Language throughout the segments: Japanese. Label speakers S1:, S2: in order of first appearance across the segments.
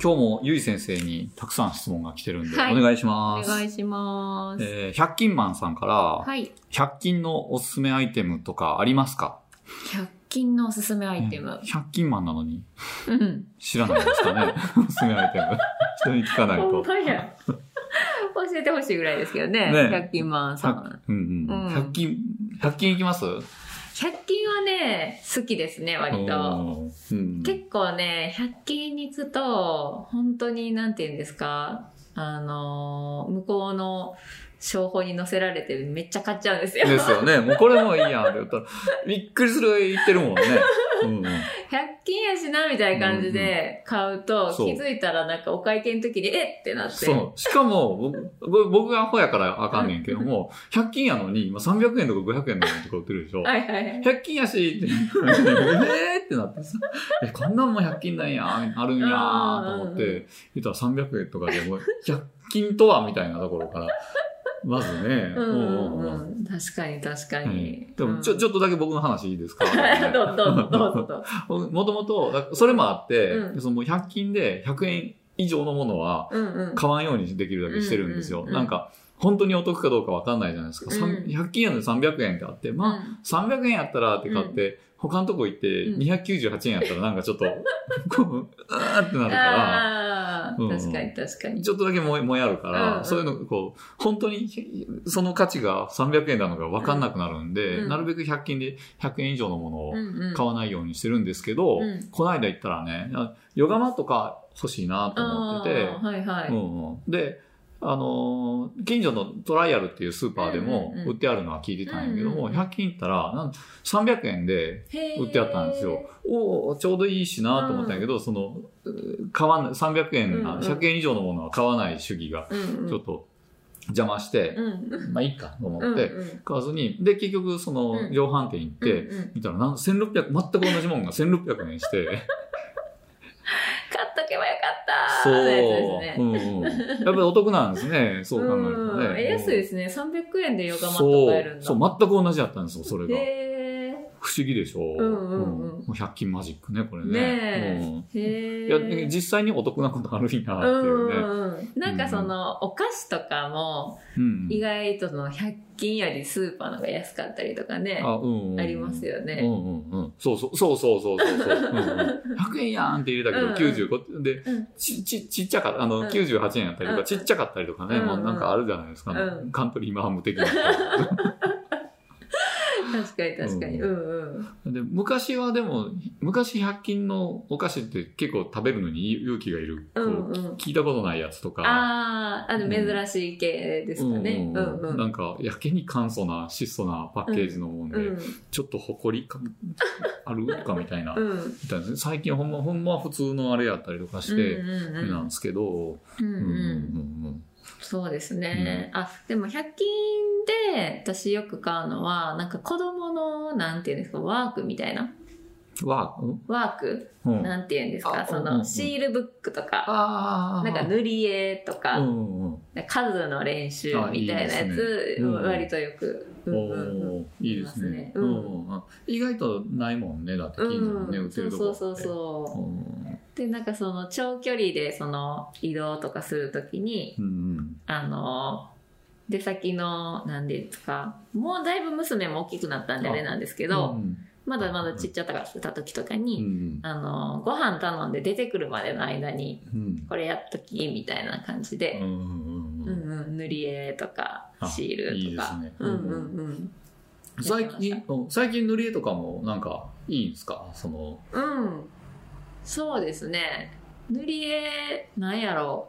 S1: 今日もゆい先生にたくさん質問が来てるんで、
S2: はい
S1: お願いし
S2: お
S1: ます。
S2: 願いします。
S1: えー、100均マンさんから、
S2: はい。
S1: 100均のおすすめアイテムとかありますか
S2: 100均のおすすめアイテム。
S1: ?100 均マンなのに
S2: うん。
S1: 知らないですか ねおすすめアイテム。人に聞かないと。
S2: ほんま や。教えてほしいぐらいですけどね。
S1: ね
S2: 100均マンさん。
S1: うんうん。
S2: うん
S1: 100均、100均いきます
S2: 100均はね、好きですね、割と。
S1: うんうん。
S2: 結構ね、100均に行くと、本当に、なんて言うんですか、あのー、向こうの商法に載せられてめっちゃ買っちゃうんですよ。
S1: ですよね。もうこれもいいやんって言ったら、びっくりするぐらい言ってるもんね。うんうん。
S2: 100均やしなみたいな感じで買うと、
S1: そう
S2: 気づいたらなんかお会計の時にえっってなって
S1: そう。しかも、僕僕、僕がアホやからあかんねんけども、100均やのに、今300円とか500円のとか売ってるでしょ。
S2: はいはいはい
S1: 100均やし、って、えーってなってさ、え、こんなんも100均なんや、あるんやと思っ
S2: うんうんう
S1: て、言ったら300円とかでも、100均とはみたいなところから、まずね、う
S2: うんうん
S1: うん
S2: ん
S1: うん
S2: うん確かに確か
S1: はい
S2: に、
S1: でもちょ、
S2: うん
S1: ちょっとだけ僕の話いいですか
S2: ど うぞどうぞどうぞどうぞ
S1: 僕もともと、だそれもあって、
S2: うん
S1: その100均で100円以上のものは
S2: うんうん
S1: 買わんようにできるだけしてるんですよ。
S2: うんうんうん
S1: なんか、本当にお得かどうかわかんないじゃないですか。さん
S2: うん
S1: 100均やのに300円ってあって、まあ、300円やったらって買って、他のとこ行って
S2: うん
S1: 298円やったらなんかち ょっと、こう、あーってな
S2: う
S1: るか
S2: ん、
S1: ら、
S2: ああ、
S1: うんうん
S2: 確かに確かに
S1: ちょっとだけももやるから、
S2: うんうん
S1: そういうの、こう、本当に、その価値が300円なのか分かんなくなるんで、
S2: うん
S1: なるべく100均で100円以上のものを
S2: うんうん
S1: 買わないようにしてるんですけど、
S2: うん
S1: こないだ行ったらね、あヨガマットか欲しいなと思ってて
S2: あ、ーはいはい、
S1: うんうん、で、あのー近所のトライアルっていうスーパーでも
S2: うんうんうん
S1: 売ってあるのは聞いてたんやけども、
S2: うんうんうん
S1: 100均行ったらなん300円で
S2: へー
S1: 売ってあったんですよ。おおちょうどいいしなと思ったんやけど、そのう買わない300円な、
S2: うんうん
S1: 100円以上のものは買わない主義が
S2: うんうん
S1: ちょっと邪魔して、
S2: うん
S1: まあいいかと思って、
S2: うんうん
S1: 買わずにで結局その
S2: うん
S1: 量販店行って、
S2: うんうん
S1: 見たらなん1600全く同じもんが1600円して
S2: 買っとけばよかった
S1: そう、
S2: のやつですね
S1: うんうん、やっぱりお得なんですねそう考えると
S2: うん、
S1: ね
S2: え安いですね300円でヨガマット買えるんだ
S1: そうそう全く同じだったんですよそれが
S2: へえ
S1: 不思議でしょ、
S2: うんうんうん
S1: もう100均マジックねこれね
S2: ねえ、
S1: う
S2: へ
S1: ん、い
S2: え
S1: や実際にお得なことあるんやっていうね、
S2: うんうん、なんかその、お菓子とかも
S1: うん
S2: 意外とその100均よりスーパーのが安かったりとかねあ,、
S1: あ,、うんうん、
S2: りますよ
S1: う
S2: ね、
S1: んうんうん、そうそうそうそうそうそうそう、うんうん、100円やんって入れたけど、
S2: うんうん
S1: 95で
S2: うん
S1: ちちちっちゃかったあの、
S2: うん
S1: 98円やったりと
S2: うんう
S1: か
S2: ん
S1: ちっちゃかったりとかね、
S2: うんうん
S1: もうなんかあるじゃないですか、
S2: うん
S1: カントリーマーム的な
S2: 確かに確かに
S1: う
S2: うんうん、
S1: で昔はでも昔100均のお菓子って結構食べるのに勇気がいる、こう
S2: うんうん
S1: 聞いたことないやつとか。
S2: あーあの珍しい系ですかね
S1: うん
S2: う
S1: うんん
S2: う
S1: なんんかやけに簡素な質素なパッケージのもんで、
S2: うん
S1: ちょっと誇りかあるかみたいな、
S2: う
S1: み
S2: んうん
S1: たいなね最近ほんまほんまは普通のあれやったりとかして、
S2: うんう
S1: なん
S2: ん
S1: ですけど、
S2: うん
S1: うんうん
S2: うんそうですね、あでも100均で私よく買うのはなんか子供のなんていうんですかワークみたいな
S1: うん、は、うん
S2: ワーク
S1: うん、
S2: なんて言うんです
S1: あ
S2: かそ
S1: うんうん
S2: のシールブックとか
S1: あー
S2: なんか塗り絵とか、
S1: うんうんうん
S2: 数の練習みたいな
S1: あいい
S2: や
S1: です
S2: つ
S1: ねうん
S2: 割とよく、うんうんうん
S1: おーいいですね。
S2: う
S1: うんんうん意外とないもんね、だって近所のね、
S2: う
S1: 売
S2: ん
S1: って
S2: そう
S1: るとこ
S2: そう
S1: って。
S2: そうそう
S1: うん
S2: でなんかその長距離でその移動とかするときに
S1: うん
S2: あの出先の何ですかもうだいぶ娘も大きくなったんで
S1: あ
S2: あれなんですけ
S1: うん。
S2: ど、
S1: うん
S2: まだまだちっちゃかった時とかに、
S1: うん
S2: あのご飯頼んで出てくるまでの間に
S1: うん
S2: これやっときみたいな感じで
S1: うんう、ん
S2: う
S1: うんん
S2: うん、塗り絵とか
S1: あ
S2: シールとか
S1: いいですね
S2: うんうん
S1: うん最近、うん最近塗り絵とかもなんかいいんですかそ の、
S2: うんうんそうですね塗り絵なんやろ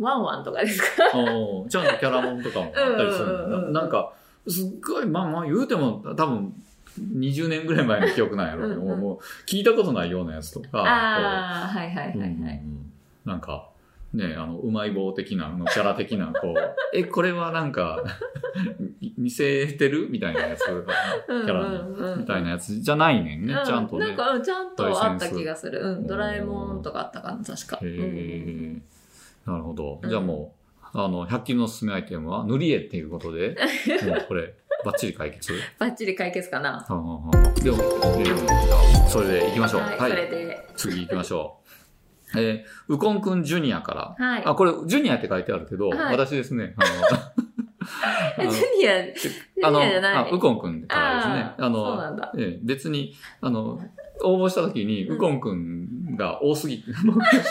S2: うワンワンとかですか
S1: おーちゃんとキャラモンとかもあったりする
S2: うんうんうん
S1: の
S2: うん
S1: ななんか、すっごい、まあまあ言うても多分、20年ぐらい前の記憶なんやろうけど、
S2: うんうん
S1: もう聞いたことないようなやつとか、
S2: ああはいはいはい
S1: うん
S2: は
S1: う
S2: い、
S1: んうんなんか、ね、あの、うまい棒的な、あのキャラ的な、こう、え、これはなんか、 み見せてるみたいなやつ、キ
S2: うんうん
S1: ャラの、
S2: うんうん
S1: みたいなやつじゃないねんね、ちゃんと
S2: うな
S1: ね
S2: ん。かうんちゃんとあった気がする、うん、ドラえもんとかあったかな確か、
S1: へえ、なるほど。
S2: うん
S1: じゃあもう、あの、100均のおすすめアイテムは、塗り絵っていうこと で、もうこれ、バッチリ解決。
S2: バッチリ解決かな
S1: はんはんはんでも、えーじゃあそれで行きましょう。
S2: はい、
S1: は
S2: それ
S1: い。
S2: で
S1: 次行きましょう。えー、ウコンくんジュニアから。
S2: はい。
S1: あ、これ、ジュニアって書いてあるけど、
S2: はい
S1: 私ですね。 あ
S2: ジ
S1: の
S2: ュニア、ジ
S1: あ
S2: ュ
S1: の、
S2: ニアじゃない。
S1: あウコンくんからですね。
S2: あ
S1: あ
S2: ーそう
S1: の、
S2: なんだ。
S1: ええ別に、あの、応募した時に、
S2: うん
S1: ウコンくんが多すぎ、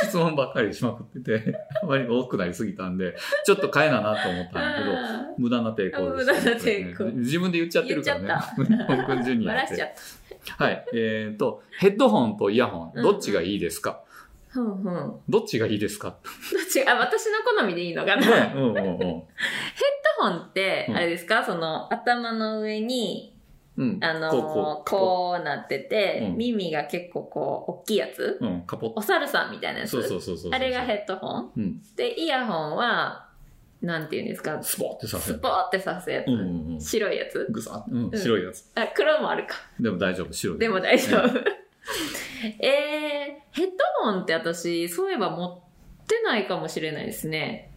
S1: 質問ばっかりしまくってて、あまり多くなりすぎたんで、ちょっと変えななと思ったんだけど、
S2: あ
S1: 無駄な抵抗です、
S2: 無駄な抵抗
S1: 自分で言っちゃってるからね。ウコンくんジュ
S2: ー
S1: ニ
S2: バ
S1: ア
S2: ラ
S1: っ
S2: しちゃ
S1: て。
S2: った。
S1: はい。えっ、と、ヘッドホンとイヤホン、
S2: うん
S1: どっちがいいですか、
S2: ふんふん。どっ
S1: どっちがいいですか
S2: ち、あ、私の好みでいいのかな。ヘッ
S1: ね、 うんうんうん。
S2: ドホンって
S1: う、ん
S2: あれですか、その、頭の上に、
S1: うん。
S2: あのー
S1: こう
S2: こう
S1: こうこ
S2: なってて、
S1: うん
S2: 耳が結構こう、大きいやつ
S1: う。うん、カポッ
S2: お猿さんみたいなやつ。
S1: そうそうそうそうそう。
S2: あれがヘッドホン。
S1: うん。
S2: で、イヤホンは、なんていうんですか、
S1: スポッてさせ
S2: ス
S1: る。
S2: ポーって刺すやつ。
S1: うんうんうん。
S2: 白いやつ。
S1: ぐさうん、白いやつ。
S2: あ、黒もあるか。
S1: でも大丈夫、白い。
S2: でも大丈
S1: うん。
S2: 夫。 えー、ヘッドホンって私、そういえば持ってないかもしれないですね。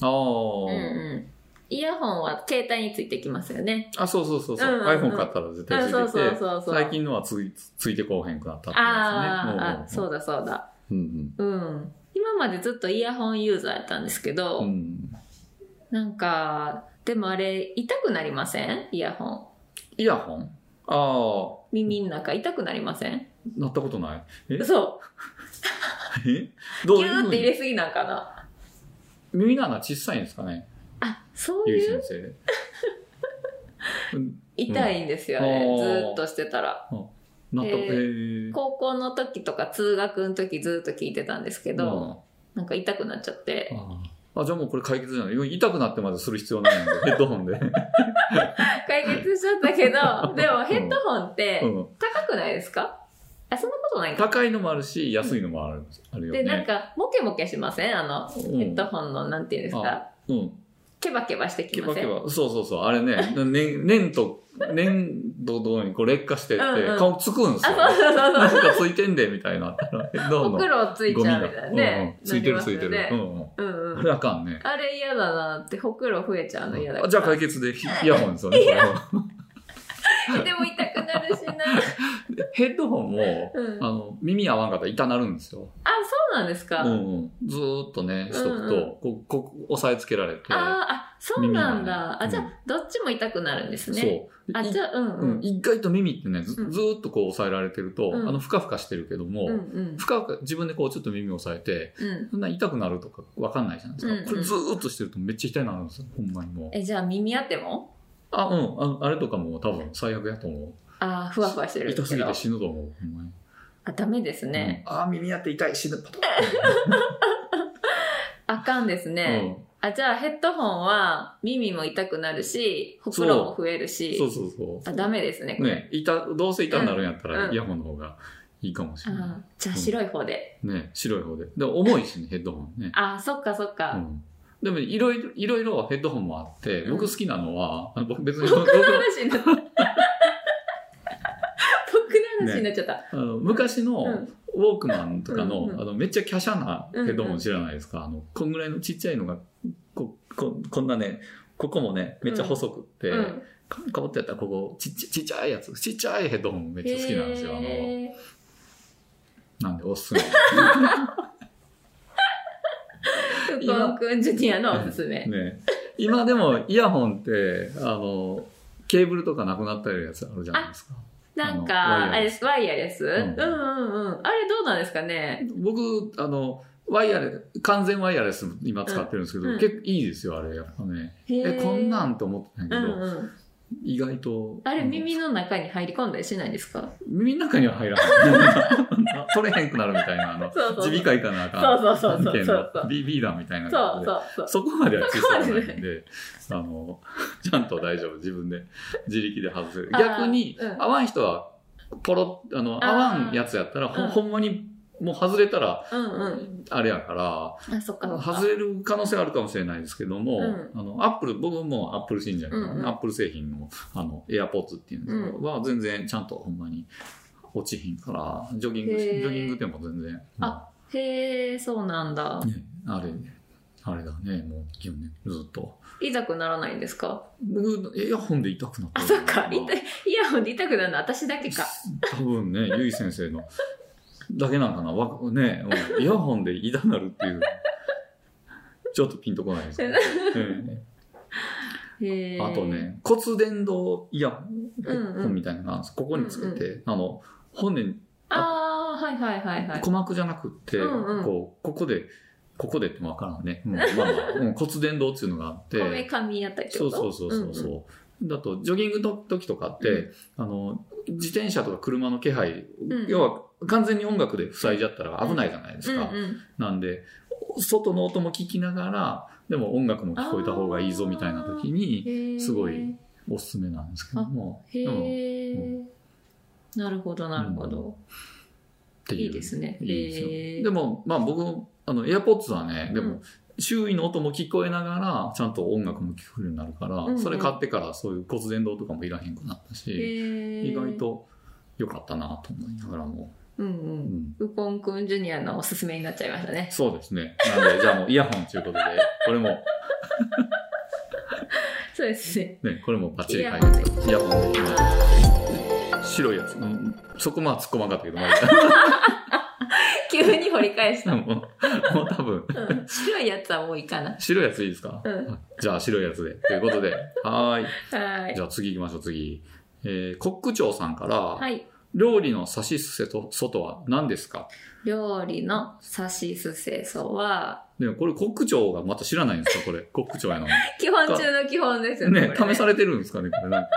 S2: うん
S1: ああ。
S2: うん。イヤホンは携帯についてきますよね。
S1: あ、そうそうそうそう。
S2: うんうんうん
S1: iPhone 買ったら絶対つ
S2: うんそう
S1: い
S2: そう
S1: て
S2: そう
S1: て、
S2: そう
S1: 最近のはついついてこうへんくなったって
S2: あーあ、
S1: やつね。
S2: そうだそうだ。
S1: うんうん。
S2: うん。今までずっとイヤホンユーザーやったんですけど、
S1: うんうん。
S2: なんか、でもあれ、痛くなりませんイヤホン。
S1: イヤホンあ
S2: 耳の中痛くなりません
S1: あ、なったことない。 え
S2: そ
S1: え
S2: う。
S1: どう
S2: ギ
S1: いう
S2: ュー
S1: ふ
S2: っ
S1: う
S2: て入れ
S1: に
S2: すぎなんかな。
S1: 耳の穴小さいんですかね
S2: あ、そう
S1: ゆい
S2: いう
S1: 先生。
S2: 痛いんですよ
S1: う
S2: ね。
S1: ん
S2: ずーっとしてたら。
S1: なった、
S2: えー
S1: えー。
S2: 高校の時とか通学の時ずっと聞いてたんですけど、なんか痛くなっちゃって
S1: あああ、じゃあもうこれ解決じゃない。痛くなってまでする必要ない んで、ヘッドホンで。
S2: 解決しちゃった けどでもヘッドホンって
S1: うん、
S2: 高くないですか、あそんなことないか
S1: 高いのもあるし、安いのもあるあるよ
S2: で
S1: ね。
S2: なんかモケモケしませんあの
S1: うん
S2: ヘッドホンのなんていうんですか
S1: うん。
S2: ケバケバしてき
S1: ケ
S2: ま
S1: バ
S2: せ
S1: ケ
S2: ん
S1: バ。そうそうそう。あれ ね、粘粘土、粘土とともにこう劣化してって
S2: うんうん、
S1: 顔つくんですよ。
S2: あそうそうそう
S1: なんかついてんで、みたいな ったら。ヘッドホン
S2: ほ
S1: の
S2: くろつい
S1: ゴ
S2: ち
S1: ミ
S2: ゃ
S1: が。
S2: うみたい
S1: う
S2: な
S1: んうん
S2: ね
S1: ついてる
S2: なります
S1: ついて
S2: よ
S1: る
S2: ね。
S1: うんうん。
S2: うんう
S1: あ
S2: ん
S1: れあかんね。
S2: あれ嫌だなってほくろ増えちゃうの嫌だ
S1: あじゃあ解決で、イヤホンですよね。
S2: でも痛くなるしな
S1: ヘッドホンも、
S2: うん
S1: あの、耳合わんかったら痛なるんですよ。
S2: あそうなんですか、
S1: うんうん、ずーっとねしとくと、
S2: うんうん
S1: こうこう押さえつけられて、
S2: あーあそうなん
S1: 耳
S2: だ、
S1: がね
S2: あじゃあ、
S1: うん
S2: どっちも痛くなるんですね
S1: そう
S2: あ
S1: い
S2: じゃあうんう
S1: うんん、意外と耳ってねずず
S2: うん
S1: ーっとこう押さえられてると、
S2: うん
S1: あのふかふかしてるけども、
S2: うんうん
S1: ふかふか自分でこうちょっと耳を押さえて
S2: うん
S1: そんな痛くなるとかわかんないじゃないですか、
S2: うんうん
S1: これずーっとしてるとめっちゃ痛いなるんですよほんまにもう
S2: えじゃあ耳当ても
S1: あうんああれとかも多分最悪やと思
S2: あーふわふわして
S1: う
S2: るけど
S1: 痛すぎて死ぬと思うほんまに、
S2: あダメですね、
S1: うんあー耳やって痛い死ぬパトッ
S2: あかんで すね、あじゃあヘッドホンは耳も痛くなるしほくろも増え
S1: う
S2: る
S1: ん
S2: し
S1: そうそうそ
S2: あダメですね
S1: う
S2: これ
S1: ね痛どうせ痛くなるんやった
S2: う
S1: ら
S2: ん
S1: イヤホンの方がいいかもし
S2: あ
S1: れない、
S2: ーじゃあ白い方で、
S1: ね、白い方で。でも重いしね、ヘッドホンね。
S2: あーそっかそっ
S1: う
S2: か、
S1: ん、でも、いろいろ、いろいろヘッドホンもあって、
S2: うん
S1: 僕好きなのは、あの僕 別に、
S2: 僕
S1: 僕
S2: の話になった僕の話になっちゃった、
S1: あの昔の
S2: うん
S1: ウォークマンとかの、
S2: うんうん
S1: あのめっちゃ華奢なヘッド
S2: うん
S1: ホ
S2: うん
S1: ン知らないですか、あの、こんぐらいのちっちゃいのが、こ、ここんなね、ここもね、めっちゃ細くって、
S2: うん
S1: かかぶってやったらここ、ちっちゃちっちゃいやつ、ちっちゃいヘッドホンめっちゃ好きなんですよ。あの、
S2: へー
S1: なんでおすすめ。
S2: ウコンくんジュニアのおすすめ
S1: ね、今でもイヤホンって、あの、ケーブルとかなくなったりやつあるじゃないですか。
S2: なん
S1: あ
S2: か、
S1: の
S2: あれです、ワイヤレス、う
S1: ん
S2: ん、うんうんあれどうなんですかね
S1: 僕、あの、ワイヤレ完全ワイヤレス今使ってるんですけど、
S2: うんうん
S1: 結構いいですよ、あれ、やっぱね。
S2: へ
S1: え、
S2: ー
S1: こんなんと思ってないけ
S2: う
S1: ど、
S2: んうん。
S1: 意外と。
S2: あれ
S1: うん
S2: 耳の中に入り込んだりしないですか
S1: 耳の中には入らない。 取れへんくなるみたいな、あの
S2: そうそう、そう
S1: 耳鼻科医かなあ
S2: そ
S1: かん。
S2: うそうそうそう
S1: みたい
S2: そうそ
S1: な
S2: うそう。
S1: ビビーダーみたいな
S2: そ
S1: 感
S2: う
S1: じで。
S2: そう
S1: そこまでは小さくないんで、あの、 ちゃんと大丈夫、自分で、自力で外せる。
S2: あー
S1: 逆に、
S2: うん
S1: 合わん人は、ポロッ、あの、合わんやつやったら、
S2: うん
S1: ほほんまに、もう外れたら、
S2: そう。うんうん。
S1: あれやから、
S2: あ、そっかそっか。
S1: 外れる可能性はあるかもしれないですけども、
S2: うん
S1: あのアップル僕もアップル信者なので、
S2: うんうん
S1: アップル製品のあの AirPods っていうんですけど、
S2: う
S1: は全然ちゃんとほんまに落ちひんからジョギン
S2: へ
S1: グジ
S2: ー
S1: ョギングでも全然
S2: あへえ、そうなんだ
S1: あ,、。ね、あれあれだねもう9年ずっと
S2: 痛くならないんですか
S1: 僕イヤホンで痛くなった
S2: あ、そっか。痛
S1: い
S2: いイヤホンで痛くなるの私だけか。
S1: 多分ねゆい先生のだけなんかなわねうんイヤホンでいたなるっていう。ちょっとピンとこないです けど、ええ
S2: へー
S1: あと。ね、骨伝導イヤホン
S2: うんうん
S1: みたいなのがあるんですここにつけて、あの、本で
S2: ああ、はいはいはいはい。
S1: 鼓膜じゃなくって、
S2: うんうん
S1: こう、ここで、ここでってわからんね。うんまあまあ、 うん骨伝導っていうのがあって。
S2: こめかみやったり
S1: そうそうそうそうそう、だとジョギングの時とかって、
S2: う
S1: あの自転車とか車の気配、
S2: うん
S1: 要は完全に音楽で塞いじゃったら危ないじゃないです
S2: ん
S1: か、
S2: うんうん
S1: なんで外の音も聞きながらでも音楽も聞こえた方がいいぞみたいな時に
S2: へー
S1: すごいおすすめなんですけども
S2: へ
S1: でも
S2: え、なるほどなるほど、
S1: っていう
S2: いいですね
S1: いいですよ
S2: へー
S1: でもまあ僕あの AirPods はねで
S2: う
S1: も周囲の音も聞こえながらちゃんと音楽も聞こえるようになるから、
S2: うんうん
S1: それ買ってからそういう骨伝導とかもいらへんくなったし、
S2: へー
S1: 意外と良かったなと思いながらも、
S2: うん
S1: う
S2: うん
S1: ん、
S2: ウコンくんジュニアのおすすめになっちゃいましたね
S1: そうですねなんでじゃあもうイヤホンということでこれも
S2: そうですね
S1: ねこれもバッチ
S2: イ
S1: リ
S2: ヤ
S1: 買い
S2: ホンで
S1: イヤホンで今白いやつ、うん、そこまあ突っ込まんかったけどまあいいか
S2: 急に掘り返した、
S1: もうもう多分
S2: うん、白いやつはもういいかな
S1: 白いやついいですか、
S2: うん
S1: あじゃあ白いやつでということではーい
S2: はい
S1: じゃあ次行きましょう次、えー、コック長さんから、
S2: はい
S1: 料理の差しすせと外は何ですか
S2: 料理のさしすせそは
S1: でもこれコック長がまた知らないんですかこれコック長 やのに
S2: 基本中の基本ですよね
S1: ね、
S2: これ
S1: 試されてるんですかね、これなんか。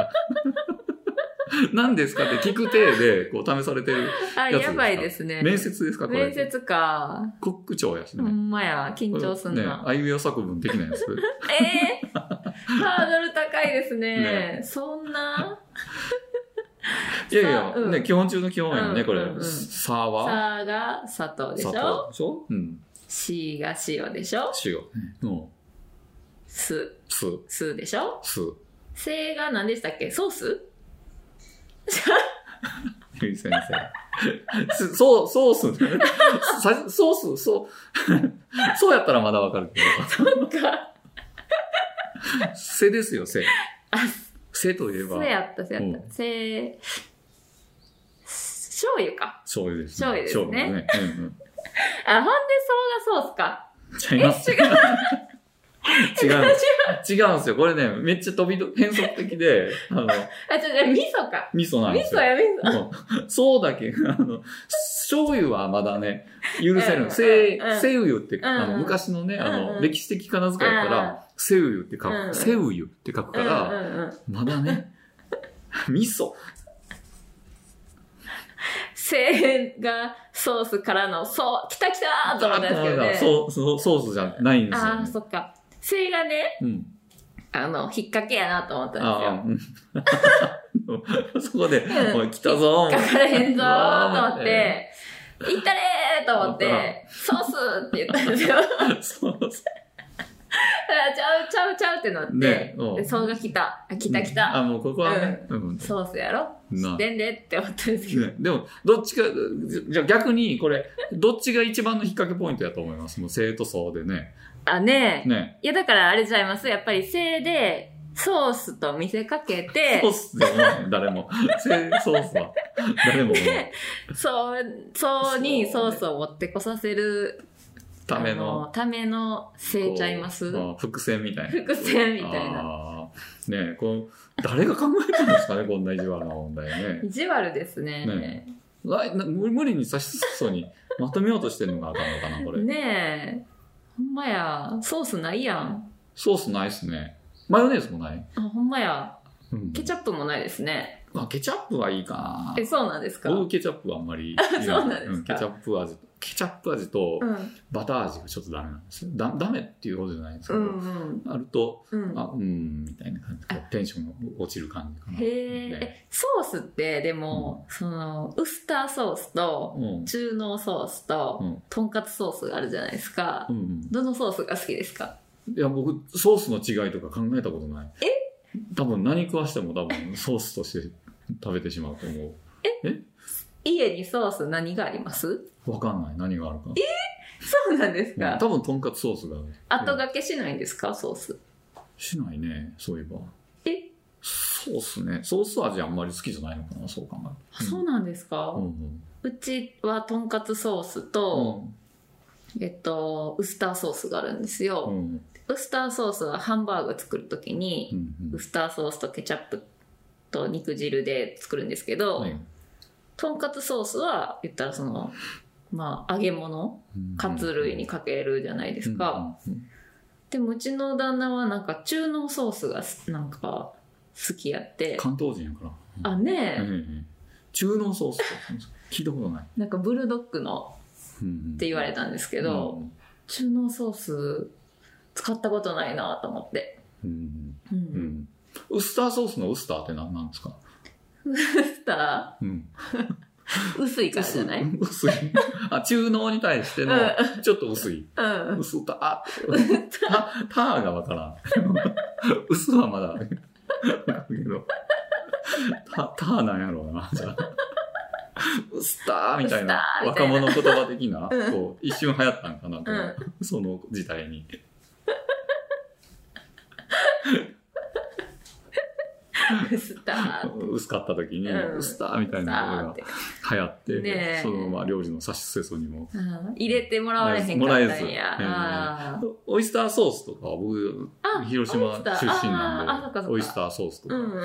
S1: 何ですかって聞く体で、こう、試されてる。
S2: あ
S1: やつです
S2: や
S1: か
S2: ばいですね
S1: 面接ですか、これ。
S2: 面接か
S1: コック長やし
S2: ほ
S1: ね。
S2: んまや緊張すん
S1: ね
S2: な、、
S1: あいうえお作文できない です。
S2: えー、 ハードル高いですね。
S1: ね
S2: そんな、
S1: いやいや、
S2: うん
S1: ね、基本中の基本やね、これ。
S2: うんうんうん
S1: さは、
S2: さが砂糖でし
S1: さ
S2: ょ
S1: と、でしょうん。
S2: しが塩でしょ
S1: しよう。うん。
S2: す、
S1: す、
S2: すでしょ
S1: す。
S2: せが何でしたっけソ ース
S1: ゆい先生。すそう、ソースね。さソース、そう。そうやったらまだわかるけど。
S2: なんか、
S1: せですよ、せ。
S2: あ、
S1: せといえば
S2: そう、やった、そうやった。
S1: う
S2: せ醤油か。
S1: 醤油です
S2: 醤油です
S1: 醤
S2: ね
S1: 油ね。うんうん。
S2: あ、ほんで、そうがソースか。
S1: ちゃい
S2: え、違
S1: ます。
S2: う。
S1: 違うんです。違うんですよ。これね、めっちゃ飛びど、変則的で、あの、
S2: あ、ちょ、じゃ味噌か。
S1: 味噌なん
S2: 味
S1: ですよ
S2: 噌。や、味噌。
S1: うんそうだけ、あの、醤油はまだね、許せ
S2: うんう
S1: る。
S2: ん
S1: せ
S2: うん、
S1: せゆゆって、あ
S2: うん
S1: の、
S2: うん
S1: 昔のね、あ
S2: うんう
S1: の、
S2: ん
S1: 歴史的仮名遣いやか
S2: うんうん
S1: ら、せゆゆって書
S2: うんうん
S1: く、せゆゆって書く
S2: う
S1: か
S2: ん
S1: ら、
S2: うんうん。
S1: まだ ね、味噌。
S2: せがソースからの、そう、きたきたーと思ったんですけどね。
S1: そう、そう、ソースじゃないんですよ
S2: ああ、
S1: ね。
S2: そっか。せがね、
S1: うん。
S2: あの、引っ掛けやなと思ったん
S1: ああ、うん そこで、
S2: うん
S1: おい、来たぞ、
S2: ですよ。かからへんぞーと思っ
S1: え
S2: て、行ったれーと思って、ソースって言った んですよ。
S1: そうそう
S2: ちゃうちゃうちゃうってなって、
S1: ねうん
S2: で、そうが来た。あ、来た来た。
S1: あ、もうここはね。うん。
S2: ソースやろ
S1: な
S2: 知ってんでって思ったんですけど。
S1: ねでも、どっちか、じゃあ逆に、これ、どっちが一番の引っ掛けポイントやと思います。もう生徒層でね。
S2: あ、ねえ。
S1: ね。
S2: いや、だからあれちゃいますやっぱり、せいで、ソースと見せかけて
S1: ソー、スでもね、誰 も。生ソースは、誰も思わない
S2: そう、そうに
S1: そ
S2: ソ
S1: う
S2: ースを持ってこさせる
S1: ため
S2: あ
S1: の。
S2: ための、せいちゃいます
S1: こうあ伏線みたいな。
S2: 伏線みたいな。
S1: あーねこう、誰が考えたんですかね、こんな意地悪な問題ね。
S2: 意地悪ですね。
S1: ね来な無無理に差しすそうにまとめようとしてるのがあかんのかな、これ。
S2: ねえ。ほんまや。ソースないやん。
S1: ソースないっすね。マヨネーズもない。
S2: あほんまや。
S1: うん
S2: ケチャップもないですね。
S1: まあ、ケチャップはいいかな。
S2: え、そうなんですか
S1: 僕
S2: う
S1: ケチャップはあんまりいらい
S2: あそうなんですか
S1: んケチャップ味ケチャップ味と
S2: ん。
S1: バター味がちょっとダメなんですよだダメっていうことじゃないんですけ
S2: う
S1: ど、
S2: んうん。
S1: あると
S2: うん、
S1: あうんみたいな感じでこうテンションが落ちる感じかな
S2: へえ、
S1: ね
S2: えソースってでも、そのウスターソースと
S1: うん
S2: 中濃ソースと、
S1: うん
S2: とんかつソースがあるじゃないですか、
S1: うん
S2: どのソースが好きですか
S1: いや僕ソースの違いとか考えたことない多分何食わしても多分ソースとして食べてしまうと思
S2: 家にソース何があり ます
S1: うわかんない何があるか
S2: そうなんです
S1: う
S2: か
S1: ん、多分とんかつソースがある
S2: 後掛けしないんですかソース
S1: しないねそういえば
S2: え
S1: ソースねソース味あんまり好きじゃないのかなそう考えると
S2: あそうなんですか、
S1: うんうん
S2: うちはとんかつソースと、えっと、ウスターソースがあるんです
S1: う
S2: よ。
S1: ん
S2: ウスターソースはハンバーグ作るときに、
S1: うんうん
S2: ウスターソースとケチャップと肉汁で作るんですけど、
S1: はい
S2: とんかつソースは言ったらその、まあ、揚げ物
S1: うん
S2: カツ類にかけるじゃないですか、
S1: うんうん
S2: でもうちの旦那はなんか中濃ソースがすなんか好きやって
S1: 関東人やから
S2: あねえ、
S1: ええ中濃ソースって言うんですか聞いたことない
S2: なんかブルドッグの
S1: っ
S2: って言われたんですけど、中濃ソース使ったことないなと思って、
S1: うんう
S2: うん
S1: んうんウスターソースのウスターって何なんですか
S2: そしたら
S1: うん
S2: 薄いからじゃないうん
S1: 薄い薄いあ中濃に対してのちょっと薄い薄たあたたーがわからん 薄はまだわかるけどたたーなんやろうなじゃあウスターみたいな
S2: ウスタ
S1: 若
S2: ーみたい
S1: 者言葉的な、
S2: うん
S1: こう一瞬流行ったんかなと、
S2: うん
S1: その時代に
S2: 薄た
S1: 薄かった時に、
S2: うん
S1: ウスターみたいな
S2: さー
S1: のが
S2: って、
S1: 流行って、
S2: ねえ
S1: そのまあ領事の差しすせそにも
S2: うん入れてもらわれへんかったんや
S1: もらえず
S2: あー
S1: オイスターソースとかは僕
S2: あ
S1: 広
S2: オイ
S1: 島
S2: ス
S1: 出
S2: ター
S1: 身
S2: あーあそ
S1: な
S2: っ
S1: んで
S2: かそっか
S1: オイスターソースとか、
S2: う
S1: うん
S2: んうん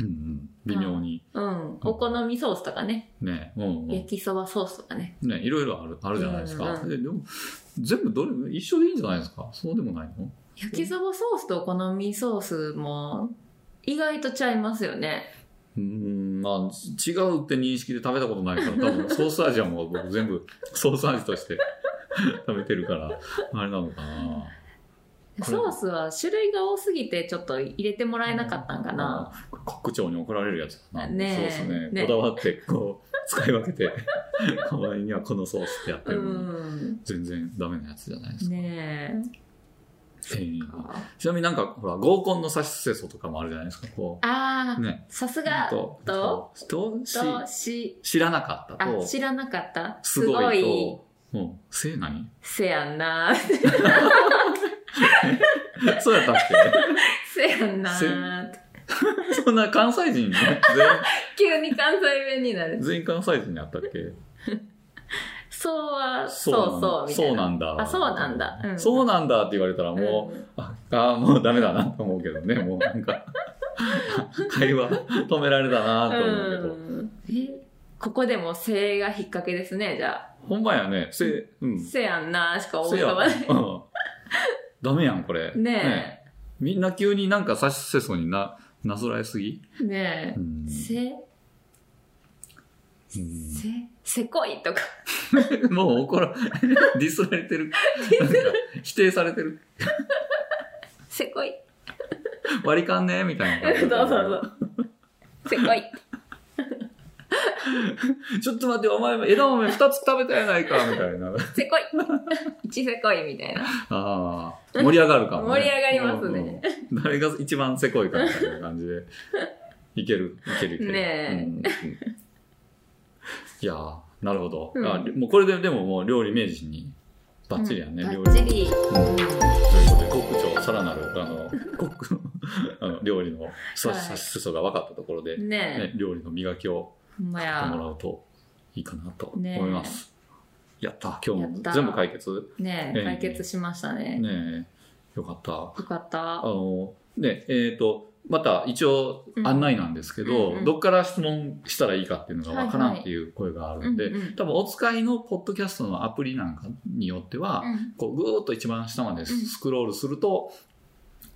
S1: うん微妙に
S2: うんうんお好みソースとかね
S1: ね、うんうん
S2: 焼きそばソースとかね
S1: ね、いろいろあるあるじゃないですか、
S2: うんうん
S1: ででも全部どれ一緒でいいんじゃないですかそうでもないの
S2: 焼きそばソースとお好みソースも意外とちゃいますよね
S1: うーんまあ違うって認識で食べたことないから 多分ソース味はもう僕全部ソース味として 食べてるからあれなのかなこれ
S2: ソースは種類が多すぎてちょっと入れてもらえなかったんかな、
S1: あー国長に怒られるやつだな
S2: ねえ
S1: そうですね
S2: ね
S1: こだわってこう使い分けて代わりにはこのソースってやって
S2: う
S1: るのに、
S2: ん
S1: 全然ダメなやつじゃないですか、
S2: ね
S1: えー
S2: え
S1: ちなみになんかほら合コンの差しすせそとかもあるじゃないですかこ
S2: あ
S1: う
S2: ー
S1: ね
S2: さすが
S1: と
S2: と
S1: とし
S2: とし
S1: 知らなかった
S2: あ
S1: と
S2: 知らなかった
S1: す
S2: す
S1: ごいと
S2: ごい
S1: うんせい なに
S2: せやんな
S1: そうやったっ
S2: せやん
S1: せ
S2: な
S1: け そんな関西人ね
S2: 急に関西弁にな
S1: 全
S2: る
S1: 全員関西人やったっけ
S2: そうはそうそうみたいな
S1: そうなんだ
S2: あそうなんだうん
S1: そうなんだって言われたらもう、
S2: うん
S1: ああーもうダメだなと思うけどねもうなんか 会話止められたなと思うけど、
S2: うんえここでも「せ」が引っ掛けですねじゃあ
S1: ほんまやねせうん
S2: 「せやんな」しか思
S1: せ
S2: い浮
S1: や
S2: かばないね
S1: うんダメやんこれ
S2: え
S1: みんな急になんか差しせそにななぞらえすぎ、
S2: ね
S1: うん
S2: え「せ」せ「せこい」とか
S1: うんもう怒ら ディスられてるなん か否定されてる
S2: 「せこい」
S1: 割り勘ねみたいな
S2: そう そうそう「せこい」
S1: ちょっと待ってお前枝豆2つ食べたやないかみたいな
S2: 「せこい」「一せこい」みたいな
S1: ああ、盛り上がるかも、
S2: 盛り上がりますね
S1: うんうん。誰が一番せこいかみたいな感じで。いける、いける、いける。
S2: ねえ
S1: うんうんいやー、なるほど。
S2: うん
S1: あもうこれで、でももう料理名人に、バッチリやね、
S2: うん
S1: 料理。
S2: バッチリ
S1: うんということで、国長、さらなる、あの、国あの料理のさ
S2: はい
S1: さしすそが分かったところで、ね
S2: ねえ
S1: 料理の磨きを
S2: ほんま
S1: やっても
S2: や
S1: らうといいかなと
S2: ねえ
S1: 思います。やった、今日
S2: や
S1: も
S2: った
S1: 全部解決
S2: ね
S1: ええ
S2: え解決しましたね
S1: ねえ、よかった。
S2: よかっ
S1: あ
S2: た
S1: の、ね、えっ、と、また一応
S2: うん
S1: 案内なんですけど、
S2: うんうん
S1: どっから質問したらいいかっていうのがわから
S2: はい
S1: ん
S2: はい
S1: っていう声があるんで、
S2: うんうん
S1: 多分お使いのポッドキャストのアプリなんかによっては、
S2: うん
S1: こうぐーっと一番下まで
S2: うん
S1: スクロールすると、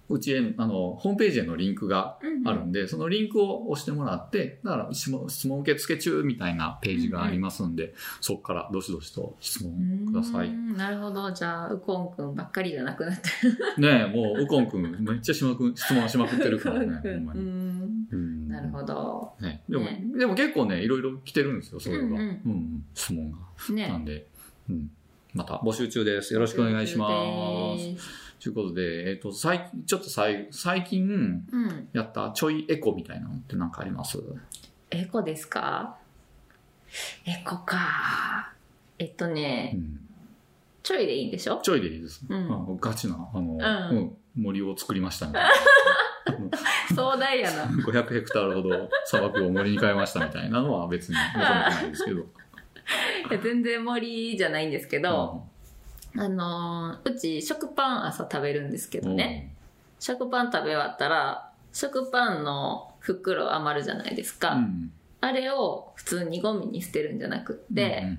S1: うちへあのホームページへのリンクが
S2: うん
S1: あるんで、そのリンクを押してもらって、だから質問質問受付中みたいなページがありますんで、そこからどしどしと質問ください。
S2: うー
S1: ね
S2: んなるほどじゃあウコンくんばっかりじゃなくなって
S1: えもう、ウコンくん、めっちゃしまく質問しまくってるからね、ほんま
S2: う
S1: に。
S2: ん
S1: うん
S2: なるほど
S1: ね、でも、
S2: ね
S1: でも結構ね、いろいろ来てるんですよ、それは。う、
S2: うんん
S1: う
S2: うんん
S1: 質問が。なん
S2: ね
S1: で、うん。また募集中です。よろしくお願いします。
S2: す
S1: ということで、えっ、と、最ちょっと最最近
S2: うん
S1: やったちょいエコみたいなのって何かあります
S2: エコですかエコかえっと
S1: う
S2: ね
S1: ん。
S2: ちょいでいいんでしょ
S1: ちょいでいいです。
S2: うん
S1: あガチな、あの、
S2: ん
S1: うん森を作りましたみたい
S2: 壮大やな
S1: な。500ヘクタールほど砂漠を森に変えましたみたいなのは別に求めてないんですけど。
S2: いや全然森じゃないんですけど、あのーうち食パン朝食べるんですけ
S1: う
S2: ど
S1: ん
S2: ね、食パン食べ終わったら食パンの袋余るじゃないですか、
S1: うん
S2: あれを普通にゴミに捨てるんじゃなくって、
S1: うん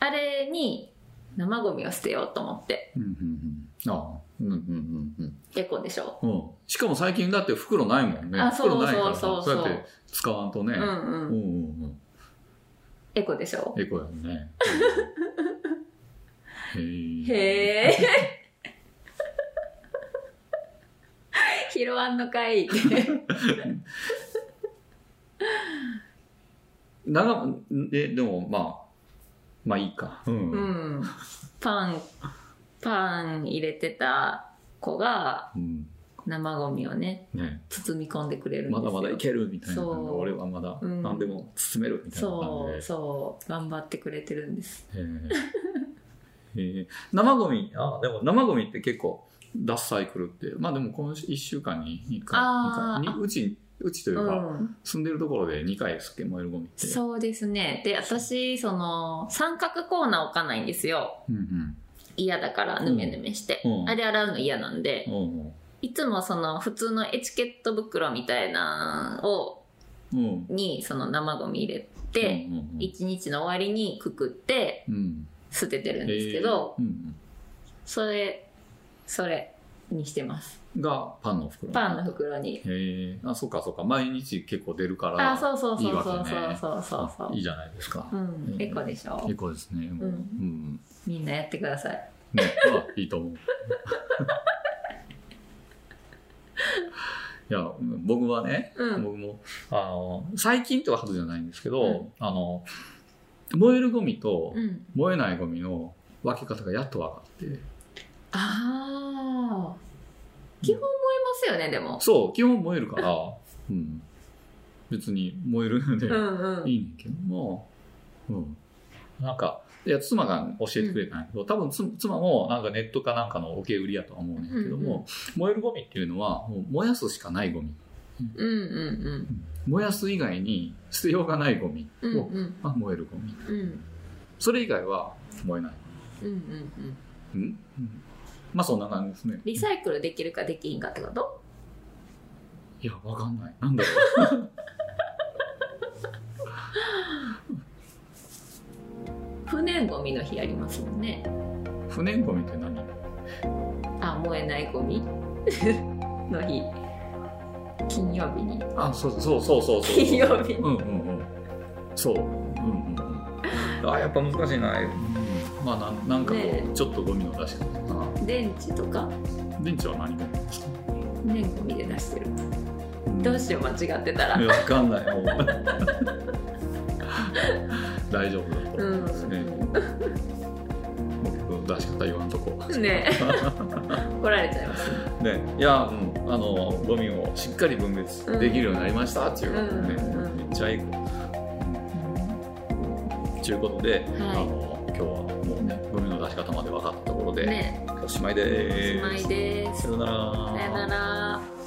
S2: あれに生ゴミを捨てようと思って
S1: うんうんうんうんあうんうんうん
S2: エコでしょ、
S1: うんうんしかも最近だって袋ないもんね
S2: あそう
S1: 袋ないからさ
S2: そうそうそう
S1: やって使わんとね、
S2: うん
S1: うんう
S2: う
S1: んんうん
S2: エコでしょ
S1: エコやん ねへー
S2: へえ拾わんのかいって
S1: 長えでもまあまあいいかうん
S2: うん、パンパン入れてた子が
S1: うん
S2: 生ゴミをね
S1: ね
S2: 包み込んでくれるんで
S1: ま
S2: すよ
S1: だまだいけるみたいな
S2: そ
S1: 感じで
S2: う
S1: 俺はまだ
S2: うん
S1: 何でも包めるみたいな
S2: そ
S1: 感
S2: う
S1: じ
S2: そう頑張ってくれてるんです
S1: で、へーへー生ゴミあでも生ゴミって結構出すサイクルってまあでも今週1週間に2回
S2: あー
S1: 二回にうちうちといううか、
S2: ん
S1: 住んでるところで2回すっけ燃えるゴミって
S2: そうですねで私その三角コーナー置かないんですよ
S1: うんうん
S2: 嫌だからぬめぬめして、
S1: うんうん
S2: あれ洗うの嫌なんで、
S1: うん
S2: いつもその普通のエチケット袋みたいなのを
S1: うん
S2: にその生ゴミ入れ
S1: う
S2: て、
S1: んうん
S2: 一日の終わりにくくって
S1: うん
S2: 捨ててるん
S1: へー
S2: ですけど、
S1: うん
S2: それそれにしてます
S1: うんがパンの袋
S2: パンの袋に
S1: へえあそうかそうか毎日結構出るから
S2: あそうそうそうそうそ
S1: いい
S2: う
S1: わけね
S2: そうそうそう
S1: いいじゃないですか、
S2: うんエコでしょ
S1: エコですねうん、
S2: うん
S1: うん
S2: みんなやってください
S1: ねあいい と思ういや僕はね、
S2: うん
S1: 僕もあの最近ってはずじゃないんですけど、
S2: うん
S1: あの燃えるゴミと
S2: うん
S1: 燃えないゴミの分け方がやっと分かって
S2: ああ基本燃えますよねでも
S1: そう基本燃えるから、うん、別に燃えるので、
S2: うんうん
S1: いいねんけども、うん。なんか、いや、妻が教えてくれたんやけど、多分つ妻もなんかネットかなんかの受け売りやとは思うねんけども、
S2: うんう
S1: 燃えるゴミっていうのは、もう燃やすしかないゴミ。
S2: うんうん
S1: 燃やす以外に捨てようがないゴミ
S2: うんうん
S1: を、
S2: うん
S1: あ燃えるゴミ。
S2: うん
S1: それ以外は燃えない。
S2: うんうんうん
S1: うん、うんまあそんな感じですね。
S2: リサイクルできるかできひんかってこと
S1: いや、わかんない。なんだろ
S2: 不燃ゴミの日ありますもんね
S1: う。不燃ゴミって何
S2: あ燃えないゴミ の日金曜日に
S1: あ、そうそうそうそう そう。
S2: 金曜日に
S1: うんうんうん。そう。うんうんうん。あ、やっぱ難しいな。うん、まあ、なん、なんかこう、
S2: ね
S1: ちょっとゴミの出し方とか。
S2: 電池とか
S1: 電池は何ゴミですか。
S2: 燃ゴミで出してるどうしよう間違ってた
S1: い
S2: ら
S1: やわかんない。もう大丈夫だと思いますね。僕の出し方言わんとこ。
S2: うんね 怒られちゃいますね
S1: ね、いや、うん、あの、ゴミをしっかり分別できるようになりましたっていう、ね
S2: うんうん
S1: めっちゃいいこと。ということで、あの、今日はもうね、ゴミの出し方まで分かったところで。
S2: ね
S1: おしまいで
S2: おし
S1: ーす。
S2: まいです
S1: さようなら
S2: さよなら